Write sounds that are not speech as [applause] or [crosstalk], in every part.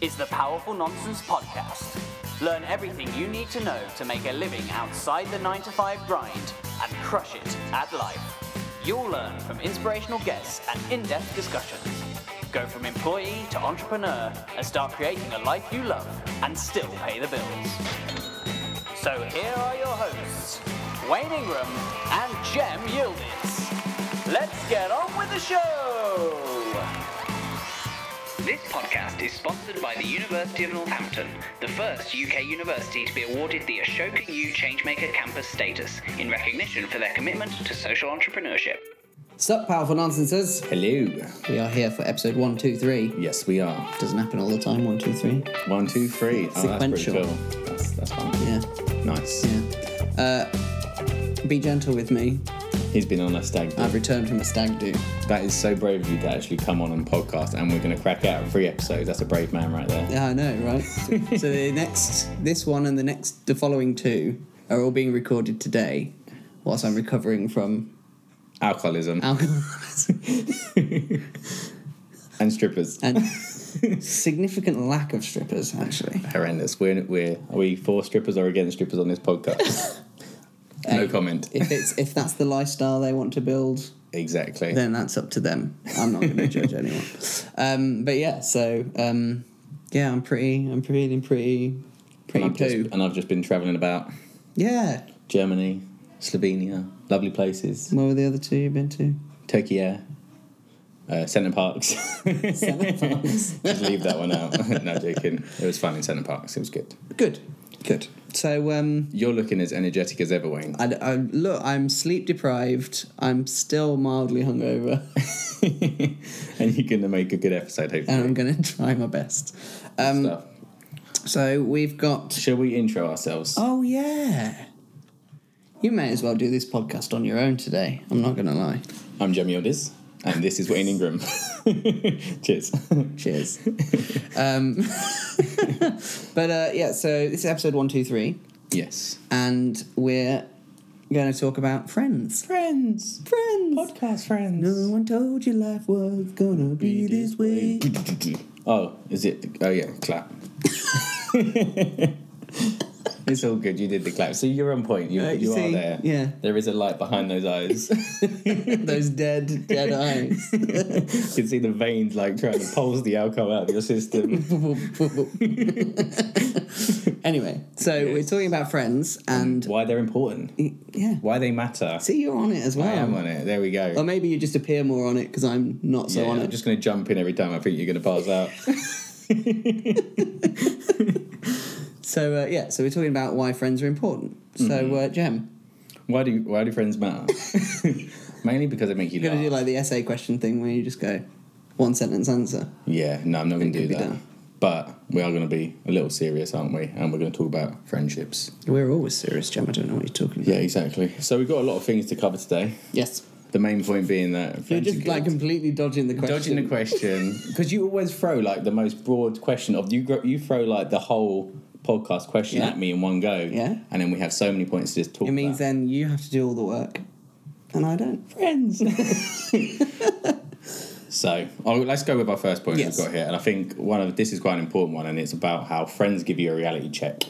is the Powerful Nonsense Podcast. Learn everything you need to know to make a living outside the 9 to 5 grind and crush it at life. You'll learn from inspirational guests and in depth discussions. Go from employee to entrepreneur and start creating a life you love and still pay the bills. So here are your hosts, Wayne Ingram and Jem Yildiz. Let's get on with the show! This podcast is sponsored by the University of Northampton, the first UK university to be awarded the Ashoka U Changemaker Campus status in recognition for their commitment to social entrepreneurship. Sup, powerful nonsensers. Hello. We are here for episode one, two, three. Yes, we are. Doesn't happen all the time. One, two, three. One, two, three. Oh, Sequential. That's pretty cool. That's, that's fun. Yeah, Nice. yeah. Uh, be gentle with me. He's been on a stag. do. I've returned from a stag do. That is so brave of you to actually come on and podcast, and we're going to crack out three episodes. That's a brave man right there. Yeah, I know, right? so the next, this one, and the next, the following two are all being recorded today, whilst I'm recovering from Alcoholism alcohol [laughs] and strippers. and significant lack of strippers. Actually, Horrendous. We're, we're are we for strippers or against strippers on this podcast? [laughs] no Hey. comment. if it's if that's the lifestyle they want to build, exactly. then that's up to them. I'm not going to judge anyone. Um, but yeah, so um, yeah, I'm pretty, I'm pretty, pretty, pretty I've just, poo. and I've just been travelling about Yeah. Germany, Slovenia, lovely places, Where were the other two you've been to? Tokyo, uh, Centre Parks. [laughs] Just leave that one out. [laughs] no joking. It was fun in Centre Parks. It was good. Good. Good. So um, You're looking as energetic as ever, Wayne. [laughs] I, I- look, I'm sleep deprived. I'm still mildly hungover, and you're going to make a good episode, hopefully. and I'm going to [laughs] try my best. Um, Stuff. so we've got. Shall we intro ourselves? Oh yeah. You may as well do this podcast on your own today. I'm not going to lie. I'm Jem Yildiz, and this is Wayne Ingram. [laughs] Cheers. Cheers. um, [laughs] but uh, yeah, so this is episode one, two, three, [laughs] yes. and we're going to talk about friends. Friends. Friends. Podcast friends. No one told you life was gonna be this way. Oh, is it? Oh, yeah, clap. [laughs] it's all good. You did the clap. So you're on point. You, Uh, you, you are see? there. Yeah. There is a light behind those eyes. [laughs] [laughs] Those dead, dead eyes. You can see the veins like trying to pulse the alcohol out of [laughs] your system. anyway, so we're talking about friends, and Why they're important. yeah, Why they matter. see, you're on it as well. I am on it. There we go. Or maybe you just appear more on it because I'm not Um, so Yeah, on it. I'm just going to jump in every time I think you're going to pass [laughs] out. So uh, yeah, so we're talking about why friends are important. Mm-hmm. So uh, Jem, why do Why do friends matter? [laughs] Mainly because they make you You're laugh. gonna do like the essay question thing where you just go one sentence answer. yeah, no, I'm not going to could do be that. done. But we are going to be a little serious, aren't we? And we're going to talk about friendships. We're always serious, Jam. I don't know what you're talking about. Yeah, exactly. So we've got a lot of things to cover today. Yes. The main point being that friends You're are just good. like completely dodging the question. Dodging the question [laughs] because you always throw like the most broad question of you. gro- You throw like the whole podcast question Yeah. at me in one go, Yeah. and then we have so many points to just talk. It means about. then you have to do all the work, and I don't. friends. so oh, let's go with our first point Yes. we've got here, and I think one of this is quite an important one, and it's about how friends give you a reality check,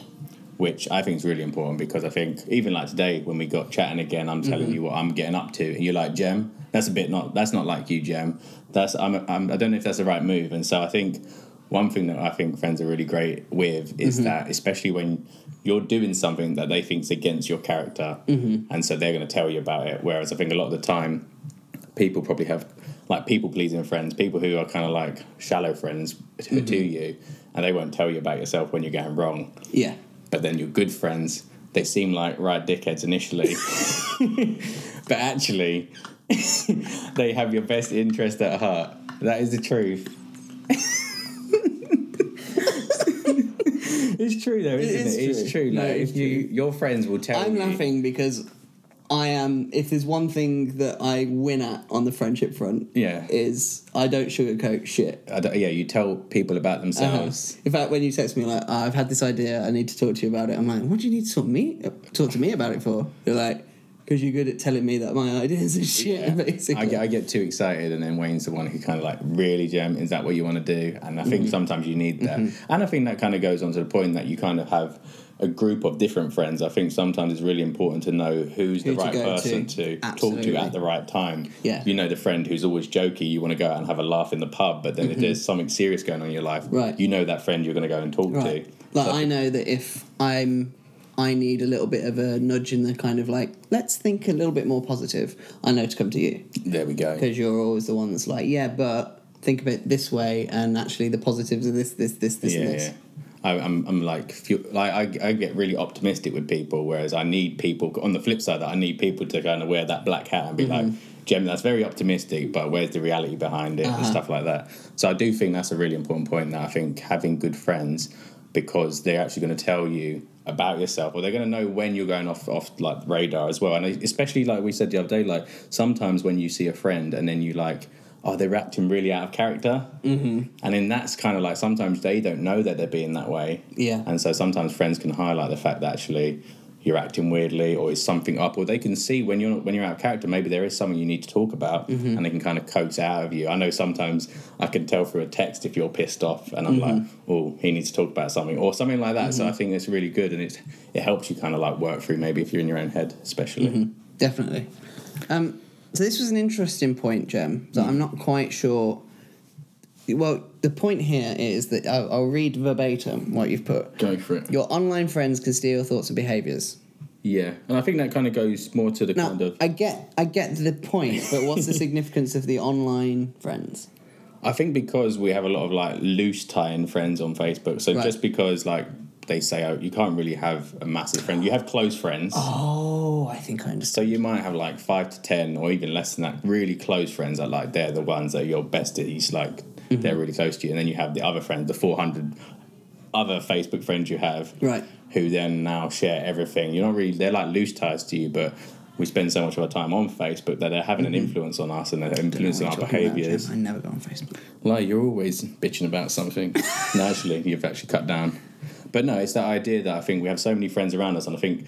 which I think is really important because I think even like today when we got chatting again, I'm telling you what I'm getting up to, and you're like, Jem, that's a bit not that's not like you, Jem. That's I'm, I'm I don't know if that's the right move, and so I think. One thing that I think friends are really great with is that, especially when you're doing something that they think's against your character, and so they're going to tell you about it. Whereas I think a lot of the time, people probably have like people pleasing friends, people who are kind of like shallow friends to, to Mm-hmm. you, and they won't tell you about yourself when you're going wrong. Yeah. But then your good friends, they seem like right [laughs] dickheads initially, [laughs] but actually, [laughs] they have your best interest at heart. That is the truth. [laughs] it's true though, isn't it? is It's true. true. No, Like, it's if you, your friends will tell I'm you. laughing because I am. If there's one thing that I win at on the friendship front, Yeah. is I don't sugarcoat shit. I don't- yeah, you tell people about Uh-huh. themselves. In fact, when you text me like, "Ah, I've had this idea, I need to talk to you about it. I'm like, what do you need to talk me talk to me about it for? You're like, because you're good at telling me that my ideas are shit. Yeah. [laughs] Basically, I get, I get too excited, and then Wayne's the one who kind of like, really, Jem, is that what you want to do? And I Mm-hmm. think sometimes you need that. And I think that kind of goes on to the point that you kind of have a group of different friends. I think sometimes it's really important to know who's Who the to right go person to. to, talk Absolutely. to at the right time. Yeah. You know, the friend who's always jokey, you want to go out and have a laugh in the pub, but then if there's something serious going on in your life, Mm-hmm. Right. you know that friend you're going to go and talk right? to. Like So- I know that if I'm, I need a little bit of a nudge in the kind of like, let's think a little bit more positive. I know to come to you. there we go. because you're always the one that's like, yeah, but think of it this way, and actually the positives are this, this, this, this, yeah, and this. yeah. I, I'm, I'm like, fu- like I, I get really optimistic with people, whereas I need people on the flip side that I need people to kind of wear that black hat and be like, Gem, that's very optimistic, but where's the reality behind it and stuff like that. So I do think that's a really important point that I think having good friends because they're actually going to tell you about yourself or they're going to know when you're going off off like radar as well and especially like we said the other day like sometimes when you see a friend and then you like oh they're acting really out of character and then that's kind of like sometimes they don't know that they're being that way. Yeah. And so sometimes friends can highlight the fact that actually you're acting weirdly or is something up or they can see when you're when you're out of character maybe there is something you need to talk about Mm-hmm. and they can kind of coax it out of you i know sometimes i can tell through a text if you're pissed off and i'm like Mm-hmm. oh he needs to talk about something or something like that so i think it's really good and it's it helps you kind of like work through maybe if you're in your own head especially Mm-hmm. Definitely. Um, so this was an interesting point, Jem, that I'm not quite sure. Well, the point here is that I'll, I'll read verbatim what you've put. go for it Your online friends can steal your thoughts and behaviors. yeah and i think that kind of goes more to the Now, kind of I get, I get the point, but what's [laughs] the significance of the online friends? I think because we have a lot of like loose tie-in friends on Facebook, so Right. just because like they say oh, you can't really have a massive friend, you have close friends. Oh, I think I understand. So you might have like five to ten, or even less than that, really close friends that like they're the ones that you're best at. East, like Mm-hmm. they're really close to you, and then you have the other friends, the four hundred other Facebook friends you have, Right. Who then now share everything. You're not really they're like loose ties to you, but we spend so much of our time on Facebook that they're having an influence on us and they're influencing our Mm-hmm. What are you talking about, behaviours. Jem? I never go on Facebook. Like you're always bitching about something. no, actually, you've actually cut down. But no, it's that idea that I think we have so many friends around us, and I think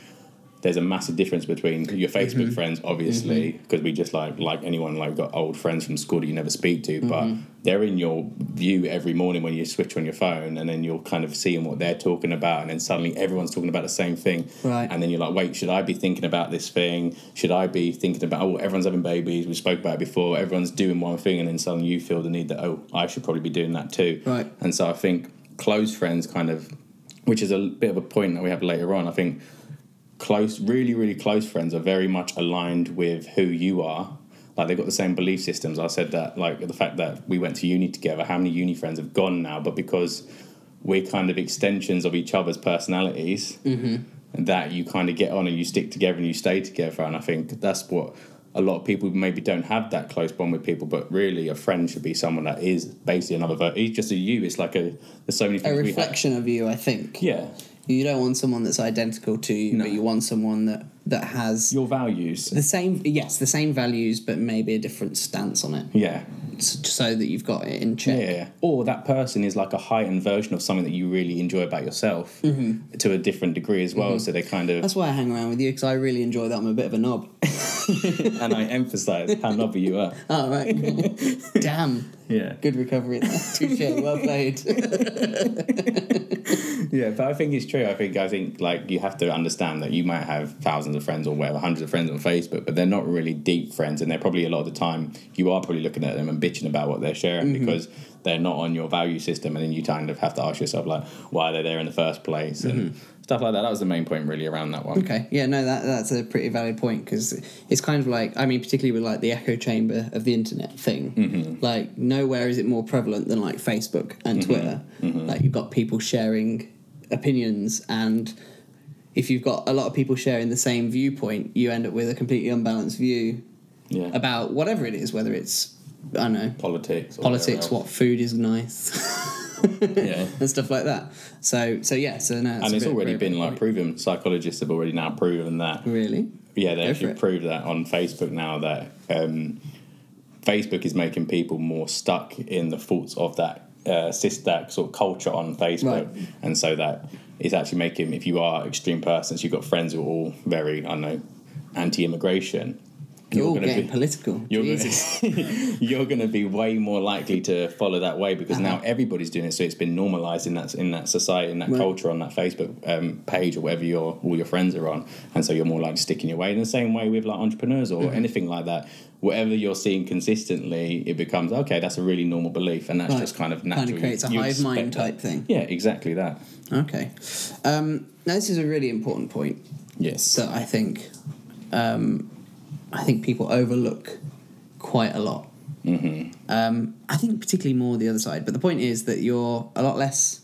there's a massive difference between your Facebook friends, obviously, because we just like like anyone like got old friends from school that you never speak to, but they're in your view every morning when you switch on your phone, and then you're kind of seeing what they're talking about, and then suddenly everyone's talking about the same thing, Right. And then you're like, wait, should I be thinking about this thing? Should I be thinking about oh, everyone's having babies? We spoke about it before. Everyone's doing one thing, and then suddenly you feel the need that oh, I should probably be doing that too, Right. And so I think close friends kind of. Which is a bit of a point that we have later on. I think close, really, really close friends are very much aligned with who you are. Like they've got the same belief systems. I said that, like the fact that we went to uni together. How many uni friends have gone now? But because we're kind of extensions of each other's personalities, Mm-hmm. that you kind of get on and you stick together and you stay together. And I think that's what a lot of people maybe don't have that close bond with people. But really, a friend should be someone that is basically another. ver- It's just a you. It's like a. There's so many A things we have. reflection of you, I think. Yeah, You don't want someone that's identical to you, No. but you want someone that that has your [laughs] values. the same yes, the same values, but maybe a different stance on it, Yeah, s- so that you've got it in check. Yeah, or that person is like a heightened version of something that you really enjoy about yourself Mm-hmm. to a different degree as well. So they kind of That's why I hang around with you because I really enjoy that. I'm a bit of a knob. [laughs] and I emphasize how lovely you are. All right, damn, Yeah, good recovery. There. Touche, well played. yeah, but I think it's true. I think I think like you have to understand that you might have thousands of friends or whatever, hundreds of friends on Facebook, but they're not really deep friends, and they're probably a lot of the time you are probably looking at them and bitching about what they're sharing Mm-hmm. because they're not on your value system, and then you kind of have to ask yourself like why they're there in the first place and stuff like that. That was the main point really around that one. Mm-hmm. Okay, yeah, no, that that's a pretty valid point because it's kind of like I mean, particularly with like the echo chamber of the internet thing. Mm-hmm. Like, nowhere is it more prevalent than like Facebook and Twitter. Mm-hmm. Like, you've got people sharing opinions, and if you've got a lot of people sharing the same viewpoint, you end up with a completely unbalanced view Yeah. about whatever it is, whether it's I don't know politics. or politics, whatever what food is nice, [laughs] else. Yeah. and stuff like that. So, so yeah, so no, and it's a bit- already very been good like point. proven. Psychologists have already now proven that. really Yeah, Go they for actually it. proved that on Facebook now that um, Facebook is making people more stuck in the thoughts of that uh, cis that sort of culture on Facebook, Right. and so that it's actually making if you are extreme persons, you've got friends who are all very I don't know anti-immigration, You're all gonna getting be- political. you're Jesus. [laughs] gonna, you're going to be way more likely to follow that way because now everybody's doing it. So it's been normalised in that in that society, in that Uh-huh. Right. culture, on that Facebook um, page or whatever your all your friends are on, and so you're more likely to stick in your way. In the same way with like entrepreneurs or Mm-hmm. anything like that, whatever you're seeing consistently, it becomes okay. That's a really normal belief, and that's Right. just kind of Kind natural. of creates a You hive mind expect that. type thing. Yeah, exactly that. Okay. Um, now this is a really important point Yes. that I think um, I think people overlook quite a lot. Mm-hmm. Um, I think particularly more the other side, but the point is that you're a lot less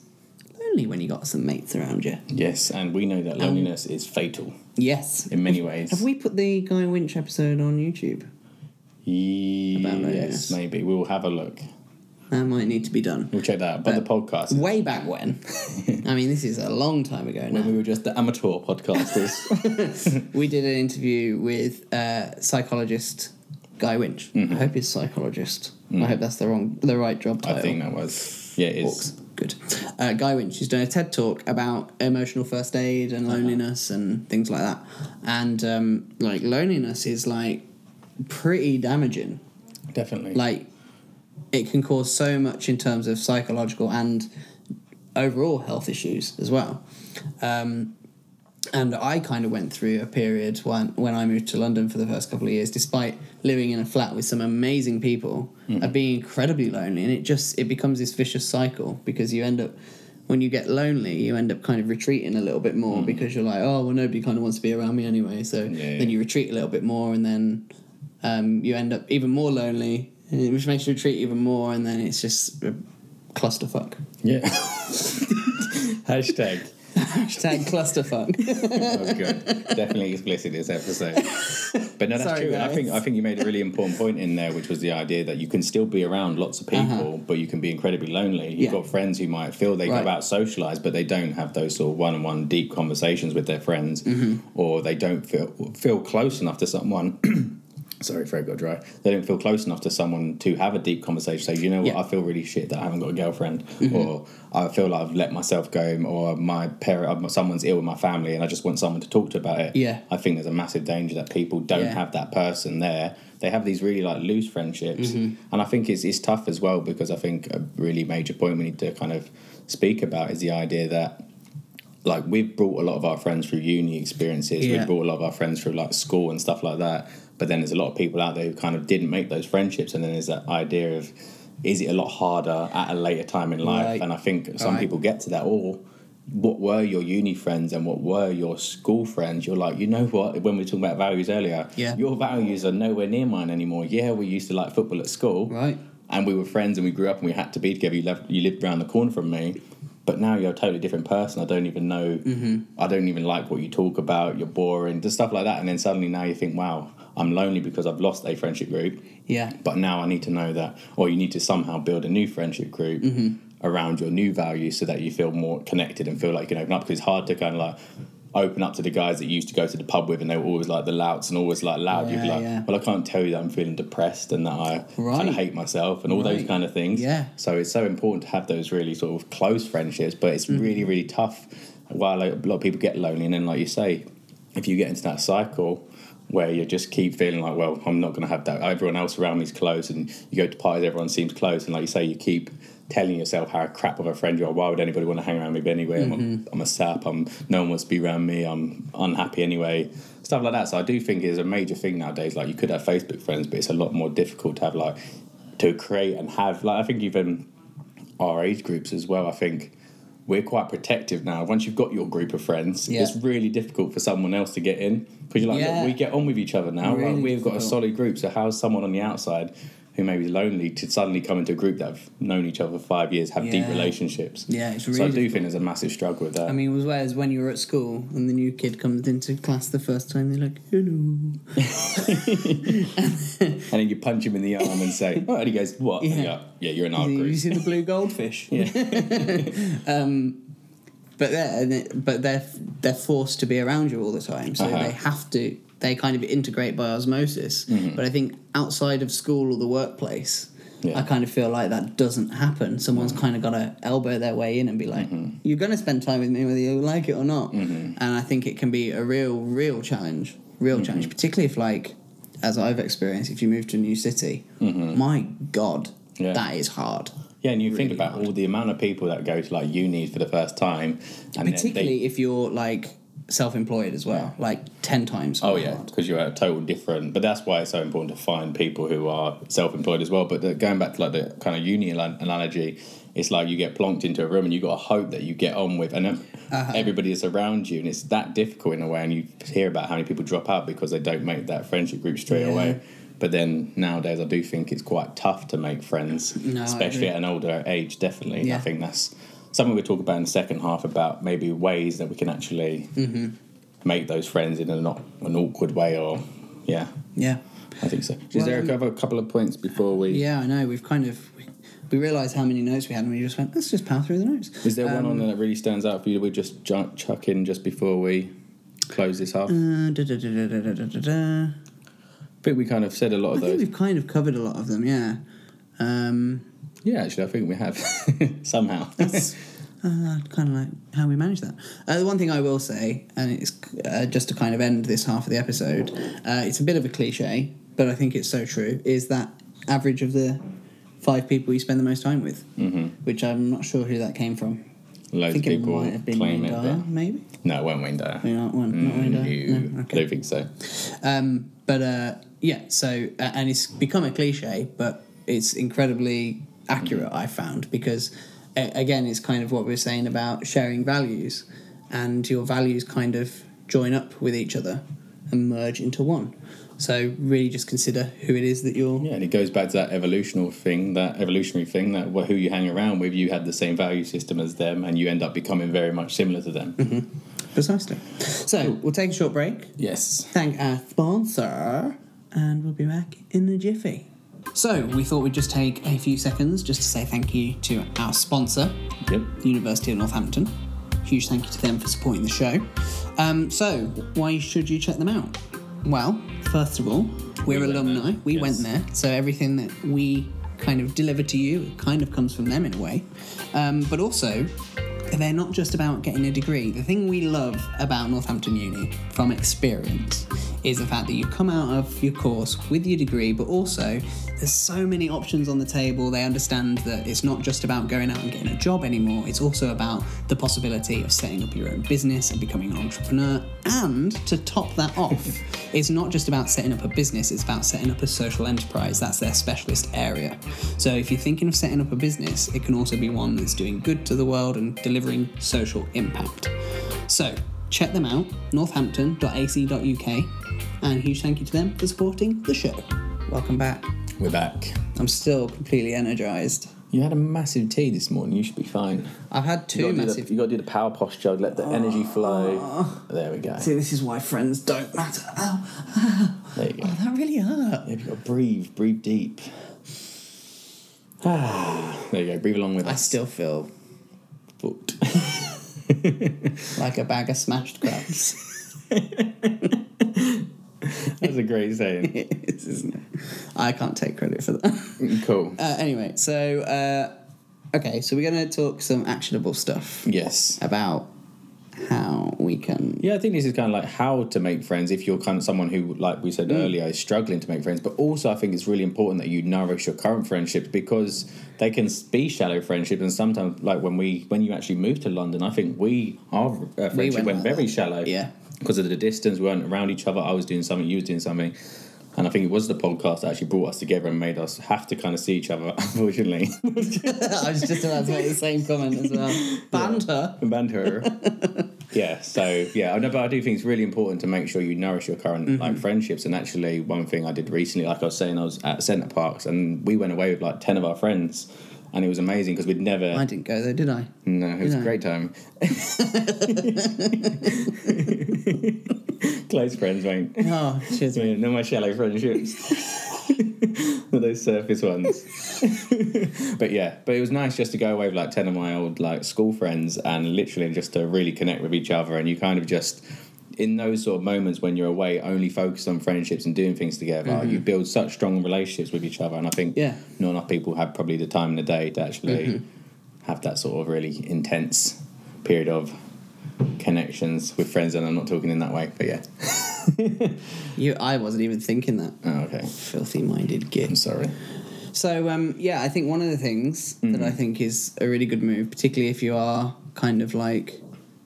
lonely when you got some mates around you. yes, and we know that loneliness is fatal Yes. in many ways. Um, Have we put the Guy Winch episode on YouTube? Yes, loneliness? maybe we will have a look. That might need to be done. We'll check that out. But the podcast, Way back [laughs] when. I mean, this is a long time ago now. when we were just the amateur podcasters. We did an interview with uh, psychologist Guy Winch. I hope he's psychologist. I hope that's the wrong, the right job title. [laughs] Mm-hmm. I think that was yeah. It's Books. Good. Uh, Guy Winch has done a TED talk about emotional first aid Uh-huh. and loneliness and things like that. And um, like loneliness is like pretty damaging. definitely Like it can cause so much in terms of psychological and overall health issues as well. Um, and I kind of went through a period when when I moved to London for the first couple of years, despite living in a flat with some amazing people, Hmm. of being incredibly lonely, and it just it becomes this vicious cycle because you end up when you get lonely, you end up kind of retreating a little bit more because you're like, oh well, nobody kind of wants to be around me anyway, so Hmm. Yeah, then yeah. you retreat a little bit more, and then um, you end up even more lonely, which makes you retreat even more, and then it's just a clusterfuck. yeah. [laughs] Hashtag. Hashtag clusterfuck. [laughs] Oh god, definitely explicit this episode. But no, that's Sorry, true. I guys. think I think you made a really important point in there, which was the idea that you can still be around lots of people, but you can be incredibly lonely. You've Yeah. got friends who might feel they Right. go out socialise, but they don't have those sort of one-on-one deep conversations with their friends, or they don't feel feel close enough to someone sorry, Fred got dry. They don't feel close enough to someone to have a deep conversation. Say, you know what, Yeah. Mm-hmm. I feel really shit that I haven't got a girlfriend, or I feel like I've let myself go, or my parent, or someone's ill with my family, and I just want someone to talk to about it. Yeah. I think there's a massive danger that people don't Yeah. have that person there. They have these really like loose friendships, Mm-hmm. and I think it's it's tough as well because I think a really major point we need to kind of speak about is the idea that like we've brought a lot of our friends through uni experiences Yeah. we've brought a lot of our friends through like school and stuff like that but then there's a lot of people out there who kind of didn't make those friendships and then there's that idea of is it a lot harder at a later time in life Right. and i think some Right. people get to that or what were your uni friends and what were your school friends you're like you know what when we were talking about values earlier Yeah. your values are nowhere near mine anymore yeah we used to like football at school Right. and we were friends and we grew up and we had to be together. You lived, you lived around the corner from me, but now you're a totally different person. I don't even know. I don't even like what you talk about. You're boring, just stuff like that. And then suddenly now you think, wow, I'm lonely because I've lost a friendship group. Yeah. But now I need to know that, or you need to somehow build a new friendship group Mm-hmm. around your new values so that you feel more connected and feel like you can open up. Because it's hard to kind of like open up to the guys that you used to go to the pub with and they were always like the louts and always like loud. You'd be Yeah, like, yeah. well, I can't tell you that I'm feeling depressed and that I kind Right. of hate myself and all those Right. kind of things. Yeah. So it's so important to have those really sort of close friendships, but it's Mm-hmm. really, really tough while a lot of people get lonely. And then, like you say, if you get into that cycle where you just keep feeling like, well, I'm not going to have that. Everyone else around me is close, and you go to parties, everyone seems close. And like you say, you keep telling yourself how crap of a friend you are. Why would anybody want to hang around me anyway? I'm, a, I'm a sap. I'm, no one wants to be around me. I'm unhappy anyway. Stuff like that. So I do think it's a major thing nowadays. Like you could have Facebook friends, but it's a lot more difficult to have like to create and have like I think even our age groups as well. I think we're quite protective now. Once you've got your group of friends, Yeah. it's really difficult for someone else to get in because you're like, Yeah. look, we get on with each other now. Really like, we've got a difficult. solid group. So how's someone on the outside who may be lonely to suddenly come into a group that have known each other for five years, have deep Yeah. relationships? Yeah, it's So I really do think there's a massive struggle with that. I mean, it was whereas when you were at school and the new kid comes into class the first time, they're like, hello. and then you punch him in the arm and say, [laughs] oh, and he goes, what? Yeah. Yeah, yeah, you're in our Have you group. seen the blue goldfish? [laughs] [laughs] Yeah. um, but they're and it- but they're they're forced to be around you all the time, so Uh-huh. they have to. Mm-hmm. They kind of integrate by osmosis. But I think outside of school or the workplace, Yeah. Mm-hmm. I kind of feel like that doesn't happen. Someone's kind of got to elbow their way in and be like, "You're going to spend time with me, whether you like it or not." Mm-hmm. And I think it can be a real, real challenge, real challenge, particularly if, like, as I've experienced, if you move to a new city, Mm-hmm. my god, Yeah. that is hard. Yeah, and you think Really about hard. all the amount of people that go to like unis for the first time, and then particularly if you're like self-employed as well, like ten times. Oh more yeah, hard. because you're a total different. But that's why it's so important to find people who are self-employed as well. But the, going back to like the kind of uni al- analogy, it's like you get plonked into a room and you got to hope that you get on with, and then Uh-huh. everybody is around you, and it's that difficult in a way. And you hear about how many people drop out because they don't make that friendship group straight Yeah. away. But then nowadays, I do think it's quite tough to make friends, No, I especially agree. at an older age. Definitely, Yeah. I think that's something we'll talk about in the second half about maybe ways that we can actually Mm-hmm. make those friends in a not an awkward way or yeah yeah. i think so is Well, there a um, couple, a couple of points before we Yeah, I know. We've kind of we, we realised how many notes we had, and we just went, let's just power through the notes. is there one Um, on there that really stands out for you that we just ju- chuck in just before we close this half Uh, da, da, da, da, da, da, da, da. i think we kind of said a lot I of think those we've kind of covered a lot of them. Yeah. Um, yeah actually i think we have [laughs] somehow uh, kind of like how we manage that. Uh, the one thing I will say, and it's uh, just to kind of end this half of the episode, uh, it's a bit of a cliche, but I think it's so true, is that average of the five people you spend the most time with, mm-hmm. which I'm not sure who that came from. I loads of think it people might have been claim it Wayne Dyer, but- maybe. no it won't wayne dyer No, not one, not Mm, one day. No, No, okay. don't think so Um, but uh, yeah, so uh, and it's become a cliche, but it's incredibly accurate. I found because a- again, it's kind of what we were saying about sharing values, and your values kind of join up with each other and merge into one. So really, just consider who it is that you're. Yeah, and it goes back to that evolutional thing, that evolutionary thing that wh- who you hang around with, you had the same value system as them, and you end up becoming very much similar to them. Precisely. So we'll take a short break. Yes. thank our sponsor, and we'll be back in a jiffy. So, we thought we'd just take a few seconds just to say thank you to our sponsor, Yep. University of Northampton. Huge thank you to them for supporting the show. Um, so, why should you check them out? Well, first of all, we're We went alumni. there, We yes. went there, so everything that we kind of deliver to you kind of comes from them in a way. Um, but also, they're not just about getting a degree. The thing we love about Northampton Uni from experience is the fact that you come out of your course with your degree, but also there's so many options on the table. They understand that it's not just about going out and getting a job anymore, it's also about the possibility of setting up your own business and becoming an entrepreneur. And to top that [laughs] off, it's not just about setting up a business, it's about setting up a social enterprise. That's their specialist area. So if you're thinking of setting up a business, it can also be one that's doing good to the world and delivering social impact. So check them out, northampton.ac.uk, and huge thank you to them for supporting the show. Welcome back. We're back. I'm still completely energized. You had a massive tea this morning. You should be fine. I've had two You gotta do the- massive. you got to do the power posture. Let the energy flow. There we go. See, this is why friends don't matter. Ow, There you go. oh, that really hurt. Yeah, you got to breathe. Breathe deep. [sighs] Ah, there you go. Breathe along with I us. still feel Foot. [laughs] like a bag of smashed crabs. That's a great saying. [laughs] It is, isn't it? I can't take credit for that. cool. [laughs] Uh, anyway, so uh, okay, so we're gonna talk some actionable stuff yes. about how we can. Yeah, I think this is kind of like how to make friends if you're kind of someone who, like we said Mm. earlier, is struggling to make friends. But also, I think it's really important that you nourish your current friendships because they can be shallow friendships. And sometimes, like when we when you actually moved to London, I think we our uh, friendship went, went like very that. shallow. Yeah. [laughs] because of the distance, we weren't around each other. I was doing something, you was doing something. And I think it was the podcast that actually brought us together and made us have to kind of see each other, [laughs] unfortunately. I was just about to make the same comment as [laughs] well. Banned her. banter. yeah, so yeah, I know, but I do think it's really important to make sure you nourish your current like friendships. And actually, one thing I did recently, like I was saying, I was at Centre Parks, and we went away with like ten of our friends, and it was amazing because we'd never. I didn't go there, did I? no, it was No. a great time. [laughs] Close friends, mate. Oh, cheers. Yeah, no more shallow friendships. Not [laughs] Those surface ones. [laughs] but yeah, but it was nice just to go away with like ten of my old like school friends and literally just to really connect with each other and you kind of just in those sort of moments when you're away, only focused on friendships and doing things together, you build such strong relationships with each other. And I think Yeah. not enough people have probably the time in the day to actually have that sort of really intense period of connections with friends. And I'm not talking in that way, but yeah. You, I wasn't even thinking that. Oh, okay. Filthy minded I'm git. sorry. So, um, yeah, I think one of the things that Mm. I think is a really good move, particularly if you are kind of like,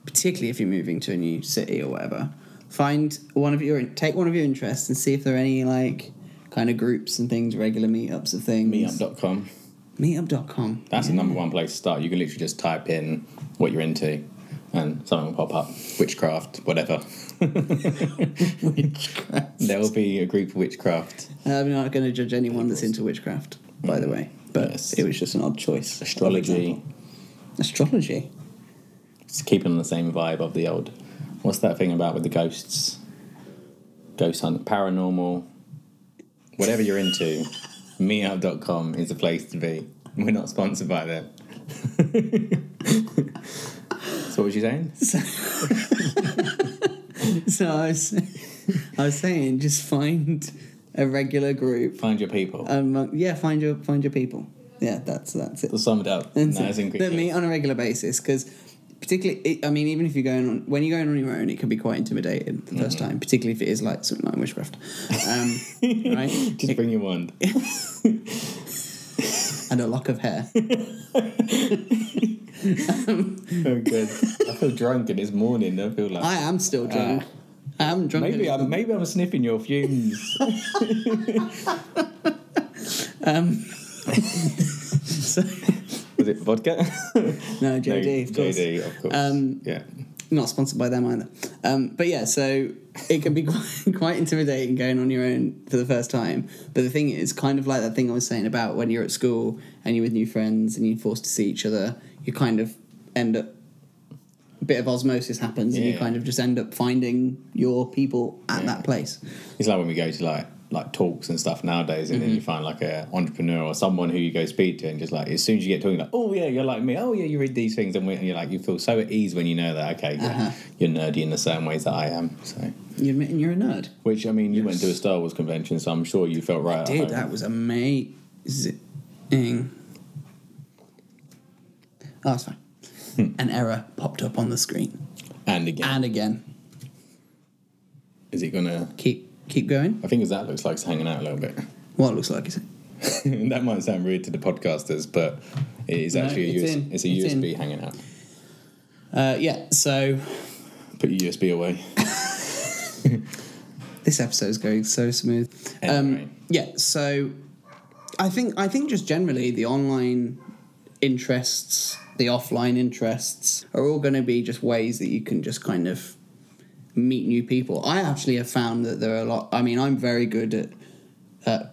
particularly if you're moving to a new city or whatever, find one of your, take one of your interests and see if there are any like kind of groups and things, regular meetups of things. Meetup.com. [laughs] Meetup.com. That's the number one place to start. You can literally just type in what you're into and something will pop up. Witchcraft, whatever. Witchcraft. There will be a group of witchcraft. I'm not going to judge anyone that's into witchcraft, by the way. But Mm. Yes. it was just an odd choice. Astrology. Astrology. [laughs] It's keeping on the same vibe of the old. What's that thing about with the ghosts? Ghost hunt, paranormal, whatever you're into. Meetup.com is the place to be. We're not sponsored by them. [laughs] so what was you saying? [laughs] So I was, [laughs] I was saying, just find a regular group. Find your people. Among, yeah, find your find your people. Yeah, that's that's it. Sum it up. That's No, it. it's in- That meet on a regular basis because. Particularly, it, I mean, even if you're going on, when you're going on your own, it can be quite intimidating the 1st Mm-hmm. time, particularly if it is like something like witchcraft. [laughs] Um, right? Just bring your wand. And a lock of hair. Oh, good. I feel drunk and it's morning. I feel like I am still drunk. I am drunk. Uh, maybe I'm maybe I'm sniffing [laughs] your fumes. [laughs] Um, [laughs] So, Was it vodka? no, JD, No, of course. Um, JD, of course. yeah. not sponsored by them either. Um, but yeah, so it can be [laughs] quite, quite intimidating going on your own for the first time. But the thing is, kind of like that thing I was saying about when you're at school and you're with new friends and you're forced to see each other, you kind of end up. A bit of osmosis happens, and you Yeah. kind of just end up finding your people at Yeah. that place. It's like when we go to like like talks and stuff nowadays, and Mhm. then you find like a entrepreneur or someone who you go speak to, and just like as soon as you get talking, like oh yeah, you're like me. Oh yeah, you read these things, and, we, and you're like you feel so at ease when you know that. Okay, yeah, Uh-huh. you're nerdy in the same ways that I am. So. You admit you're a nerd. Which I mean, you went to a Star Wars convention, so I'm sure you felt right. at Dude, home. that was amazing. Oh, that's fine. Hmm. An error popped up on the screen. and again, And again. is it gonna? Keep keep going. I think as that looks like it's hanging out a little bit. [laughs] What it looks like is it? that might sound rude to the podcasters, but it is No, actually it's a, US, in. it's a It's in. USB hanging out. Uh, yeah, so Put your USB away. this episode's going so smooth. Anyway. Um, yeah, so I think I think just generally the online interests, the offline interests are all going to be just ways that you can just kind of meet new people. I actually have found that there are a lot. I mean, I'm very good at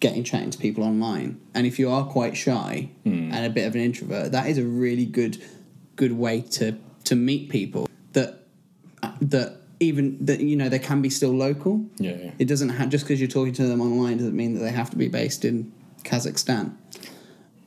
getting chatting to people online. And if you are quite shy Hmm. and a bit of an introvert, that is a really good good way to to meet people that that even that you know they can be still local. Yeah, yeah. It doesn't have just because you're talking to them online doesn't mean that they have to be based in Kazakhstan.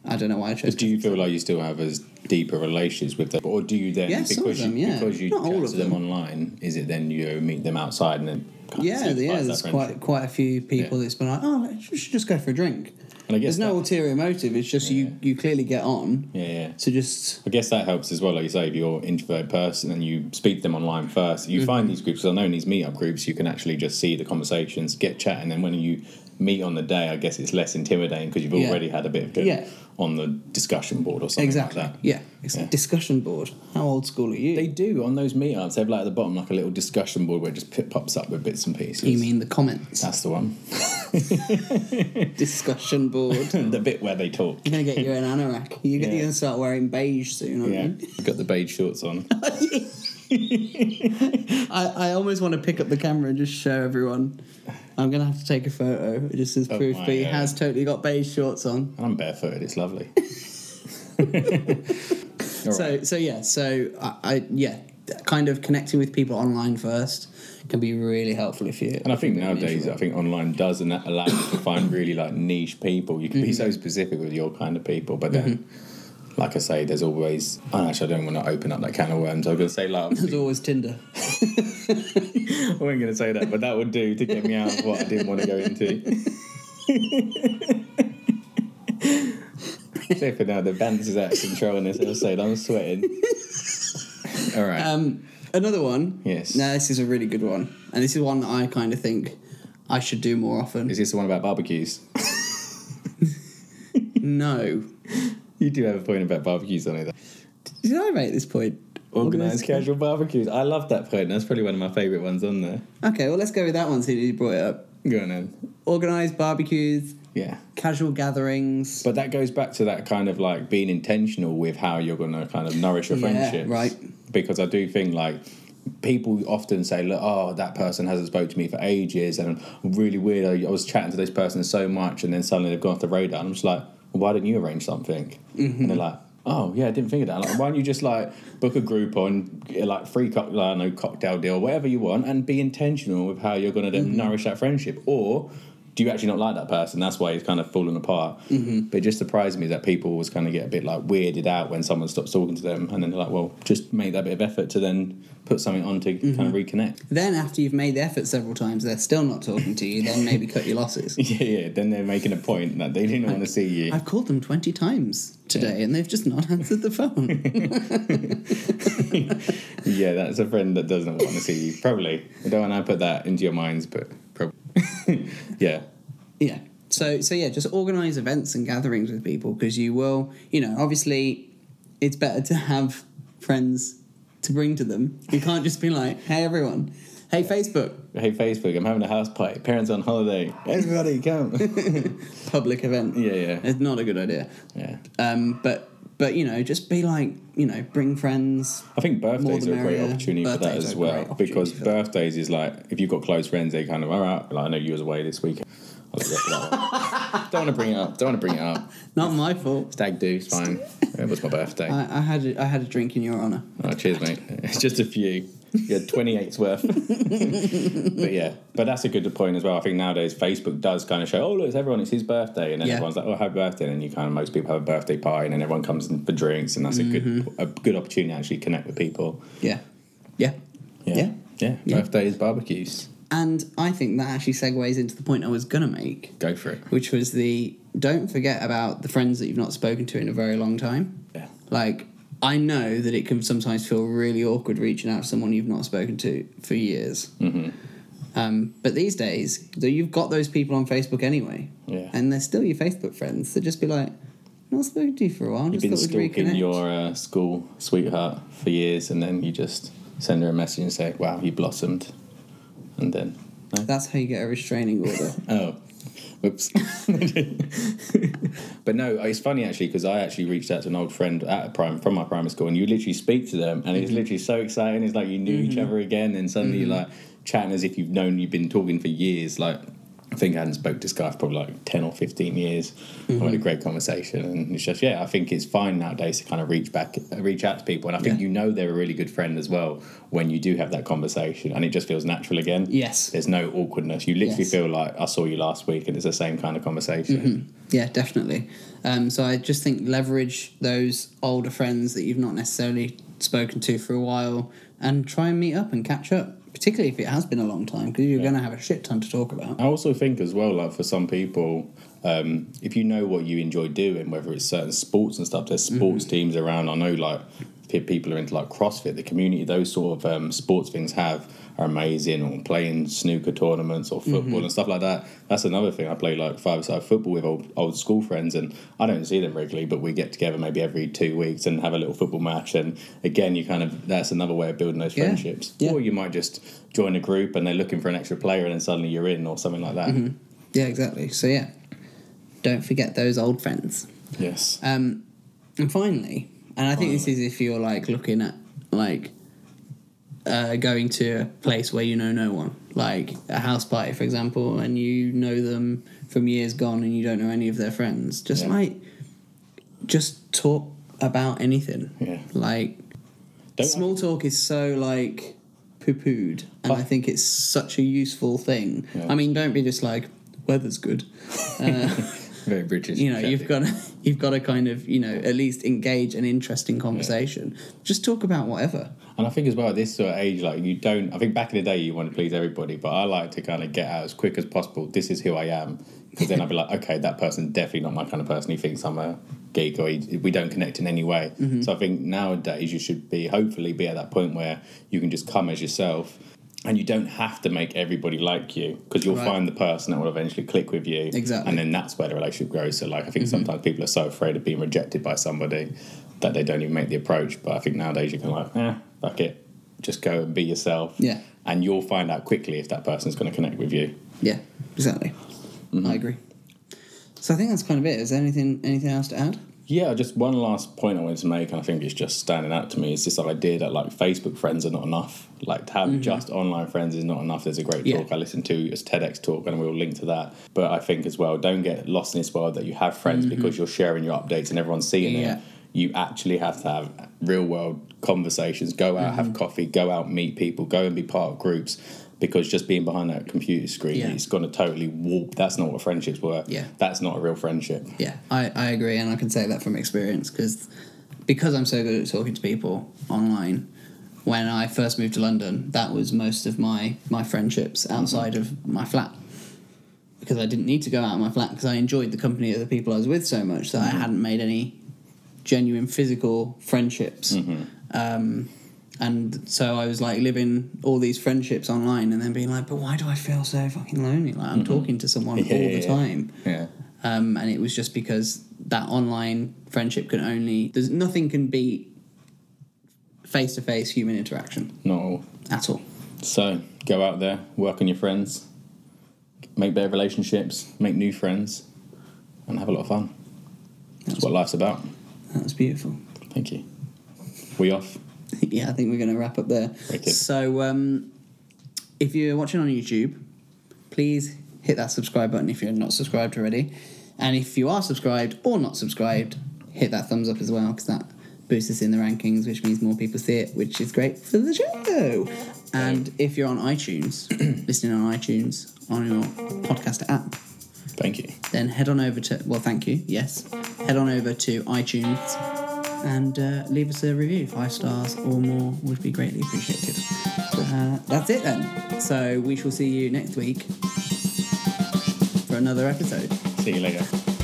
I don't know why I chose. do you feel like you still have as deep a relationship with them, or do you then Yeah, because some of them, you yeah. because you Not all chat of to them them. online? Is it then you meet them outside and then kind of yeah, solidifies yeah. that There's friendship? quite quite a few people Yeah. that's been like, oh, let's- we should just go for a drink. And I guess There's no that- ulterior motive. It's just Yeah. you you clearly get on. yeah, yeah. So just I guess that helps as well, like you say, if you're an introvert person and you speak to them online first, you Mm-hmm. find these groups. 'cause I know in these meetup groups, you can actually just see the conversations, get chatting, and then when you meet on the day, I guess it's less intimidating because you've Yeah. already had a bit of good Yeah. on the discussion board or something exactly. like that. yeah. It's Yeah. a discussion board. How old school are you? They do on those meetups. They have like at the bottom like a little discussion board where it just pip- pops up with bits and pieces. You mean the comments that's the one, [laughs] discussion board? You're the bit where they [laughs] talk. gonna get your own anorak. You're, Yeah. gonna, you're gonna start wearing beige soon. Aren't Yeah, you? got the beige shorts on. I, I almost want to pick up the camera and just show everyone. I'm gonna have to take a photo. It just says Oh proof. my, but he yeah. has totally got beige shorts on. I'm barefooted. It's lovely. All So so yeah. So I, I yeah. Kind of connecting with people online first can be really helpful if you. And I think nowadays, I think online does and that allows you to find really like niche people. You can be so specific with your kind of people, but then like I say, there's always. Oh, actually, I don't want to open up that can of worms. I was going to say like There's [laughs] always Tinder. I wasn't going to say that, but that would do to get me out of what I didn't want to go into. Flipping now, the band's is out of control in this episode. I'm sweating. All right. Another one. Yes. Now this is a really good one, and this is one that I kind of think I should do more often. is this the one about barbecues? no. You do have a point about barbecues on it. Did I make this point? Organised casual barbecues. I love that point. That's probably one of my favourite ones on there. Okay, well let's go with that one. Since you brought it up, Go on then. organised barbecues, Yeah. casual gatherings. But that goes back to that kind of like being intentional with how you're going to kind of nourish your Yeah, friendships. right. Because I do think like people often say, look, oh, that person hasn't spoke to me for ages and I'm really weird. I, I was chatting to this person so much and then suddenly they've gone off the radar. And I'm just like, well, why didn't you arrange something? Mm-hmm. And they're like, oh, yeah, I didn't think of that. Like, why don't you just like book a group on uh, like free cock- like, no, cocktail deal, whatever you want and be intentional with how you're going to then Mm-hmm. nourish that friendship or do you actually not like that person? That's why he's kind of fallen apart. But it just surprised me that people always kind of get a bit like weirded out when someone stops talking to them, and then they're like, "Well, just make that bit of effort to then put something on to kind of reconnect." [laughs] Then after you've made the effort several times, they're still not talking to you. Then maybe cut your [laughs] losses. yeah, yeah. Then they're making a point that they didn't want to see you. I've called them twenty times today, and they've just not [laughs] answered the phone. yeah, that's a friend that doesn't want to see you. Probably. I don't want to put that into your minds, but probably. [laughs] yeah. Yeah. So so yeah, just organize events and gatherings with people because you will, you know, obviously it's better to have friends to bring to them. You can't just be like, "Hey everyone. Hey Facebook, Hey Facebook, I'm having a house party. Parents on holiday. Everybody come. public event." [laughs] Yeah, yeah. [laughs] It's not a good idea. yeah. Um but but you know, just be like, you know, bring friends. I think More birthdays the are a great merrier. opportunity for that Birthdays are as a great well opportunity because for that. birthdays is like if you've got close friends, they kind of all right. Like I know you was away this week. I'll let you off for [laughs] that one. don't want to bring it up. Don't want to bring it up. Not my fault. Stag do. It's fine. It was my birthday. I, I had a, I had a drink in your honor. Oh, cheers, mate. [laughs] It's just a few. Yeah, 28's worth. [laughs] but yeah, but that's a good point as well. I think nowadays Facebook does kind of show, oh, look, it's everyone, it's his birthday. And then Yeah. everyone's like, oh, happy birthday. And then you kind of, most people have a birthday party and then everyone comes in for drinks. And that's Mm-hmm. a good a good opportunity to actually connect with people. Yeah. Yeah. Yeah. Yeah. Yeah. Birthdays, barbecues. And I think that actually segues into the point I was going to make. Go for it. which was the don't forget about the friends that you've not spoken to in a very long time. Yeah. Like, I know that it can sometimes feel really awkward reaching out to someone you've not spoken to for years. Mm-hmm. Um, but these days, though, you've got those people on Facebook anyway. Yeah. And they're still your Facebook friends. So just be like, not spoken to you for a while. Just You've been thought we'd stalking reconnect. your uh, school sweetheart for years and then you just send her a message and say, wow, you blossomed. And then, no? That's how you get a restraining [laughs] order. oh, whoops. [laughs] but no, it's funny actually because I actually reached out to an old friend at a prime, from my primary school and you literally speak to them and it's literally so exciting. It's like you knew each other again and suddenly you're like chatting as if you've known you've been talking for years. Like, I think I hadn't spoke to this guy for probably like 10 or 15 years. I had a great conversation. And it's just, yeah, I think it's fine nowadays to kind of reach back, reach out to people. And I think Yeah. you know they're a really good friend as well when you do have that conversation and it just feels natural again. Yes. There's no awkwardness. You literally Yes. feel like I saw you last week and it's the same kind of conversation. Yeah, definitely. Um, so I just think leverage those older friends that you've not necessarily spoken to for a while and try and meet up and catch up, particularly if it has been a long time, because you're going to have a shit ton to talk about. I also think as well, like for some people, um, if you know what you enjoy doing, whether it's certain sports and stuff, there's sports Mm-hmm. teams around. I know like pe- people are into like CrossFit, the community, those sort of um, sports things have are amazing or playing snooker tournaments or football Mm-hmm. and stuff like that. That's another thing. I play like five side football with old, old school friends and I don't see them regularly, but we get together maybe every two weeks and have a little football match. And again, you kind of, that's another way of building those Yeah. friendships. Yeah. Or you might just join a group and they're looking for an extra player and then suddenly you're in or something like that. Mm-hmm. Yeah, exactly. So yeah, don't forget those old friends. Yes. Um, And finally, and I think this is if you're like looking at like uh, going to a place where you know no one, like a house party, for example, and you know them from years gone and you don't know any of their friends. Just Yeah. like, just talk about anything. Yeah. Like, Don't small talk is so like poo pooed, and I think it's such a useful thing. Yeah. I mean, don't be just like, weather's good. Uh, Very British. you know you've exactly. got to [laughs] you've got to kind of you know at least engage an interesting conversation just talk about whatever And I think as well at this sort of age, like you don't. I think back in the day you want to please everybody, but I like to kind of get out as quick as possible. This is who I am, because then I'll be like, okay, that person's definitely not my kind of person. He thinks I'm a geek or he, we don't connect in any way. Mm-hmm. So I think nowadays you should be hopefully be at that point where you can just come as yourself. And you don't have to make everybody like you because you'll Right. find the person that will eventually click with you. Exactly. And then that's where the relationship grows. So, like, I think sometimes people are so afraid of being rejected by somebody that they don't even make the approach. But I think nowadays you can, like, eh, fuck it. Just go and be yourself. Yeah. And you'll find out quickly if that person's going to connect with you. yeah exactly i agree so i think that's kind of it is there anything anything else to add Yeah, just one last point I wanted to make, and I think it's just standing out to me, is this idea that like Facebook friends are not enough. Like to have just online friends is not enough. There's a great Mm-hmm. Yeah. talk I listened to, it's TEDx talk, and we'll link to that. But I think as well, don't get lost in this world that you have friends because you're sharing your updates and everyone's seeing Mm-hmm. Yeah. it. You actually have to have real world conversations. Go out, Mm-hmm. have coffee, go out, meet people, go and be part of groups. Because just being behind that computer screen, Yeah. it's going to totally warp. That's not what friendships were. Yeah. That's not a real friendship. yeah i, I agree and i can say that from experience because because i'm so good at talking to people online when i first moved to london that was most of my my friendships outside of my flat because i didn't need to go out of my flat because i enjoyed the company of the people i was with so much that Mm-hmm. i hadn't made any genuine physical friendships Mm-hmm. um, and so i was like living all these friendships online and then being like but why do i feel so fucking lonely like i'm talking to someone all Mm-hmm. [laughs] the yeah, yeah. time Yeah. um, and it was just because that online friendship can only there's nothing can beat face to face human interaction Not all. at all. So go out there, work on your friends, make better relationships, make new friends, and have a lot of fun. That's what life's about. That was beautiful. Thank you. We off. [laughs] yeah, I think we're going to wrap up there. Wicked. So um, if you're watching on YouTube, please hit that subscribe button if you're not subscribed already, and if you are subscribed or not subscribed, hit that thumbs up as well because that boosts us in the rankings, which means more people see it, which is great for the show. And if you're on iTunes, [clears throat] listening on iTunes on your podcast app, Thank you. then head on over to well thank you yes head on over to itunes and uh, leave us a review five stars or more would be greatly appreciated uh, that's it then so we shall see you next week for another episode See you later.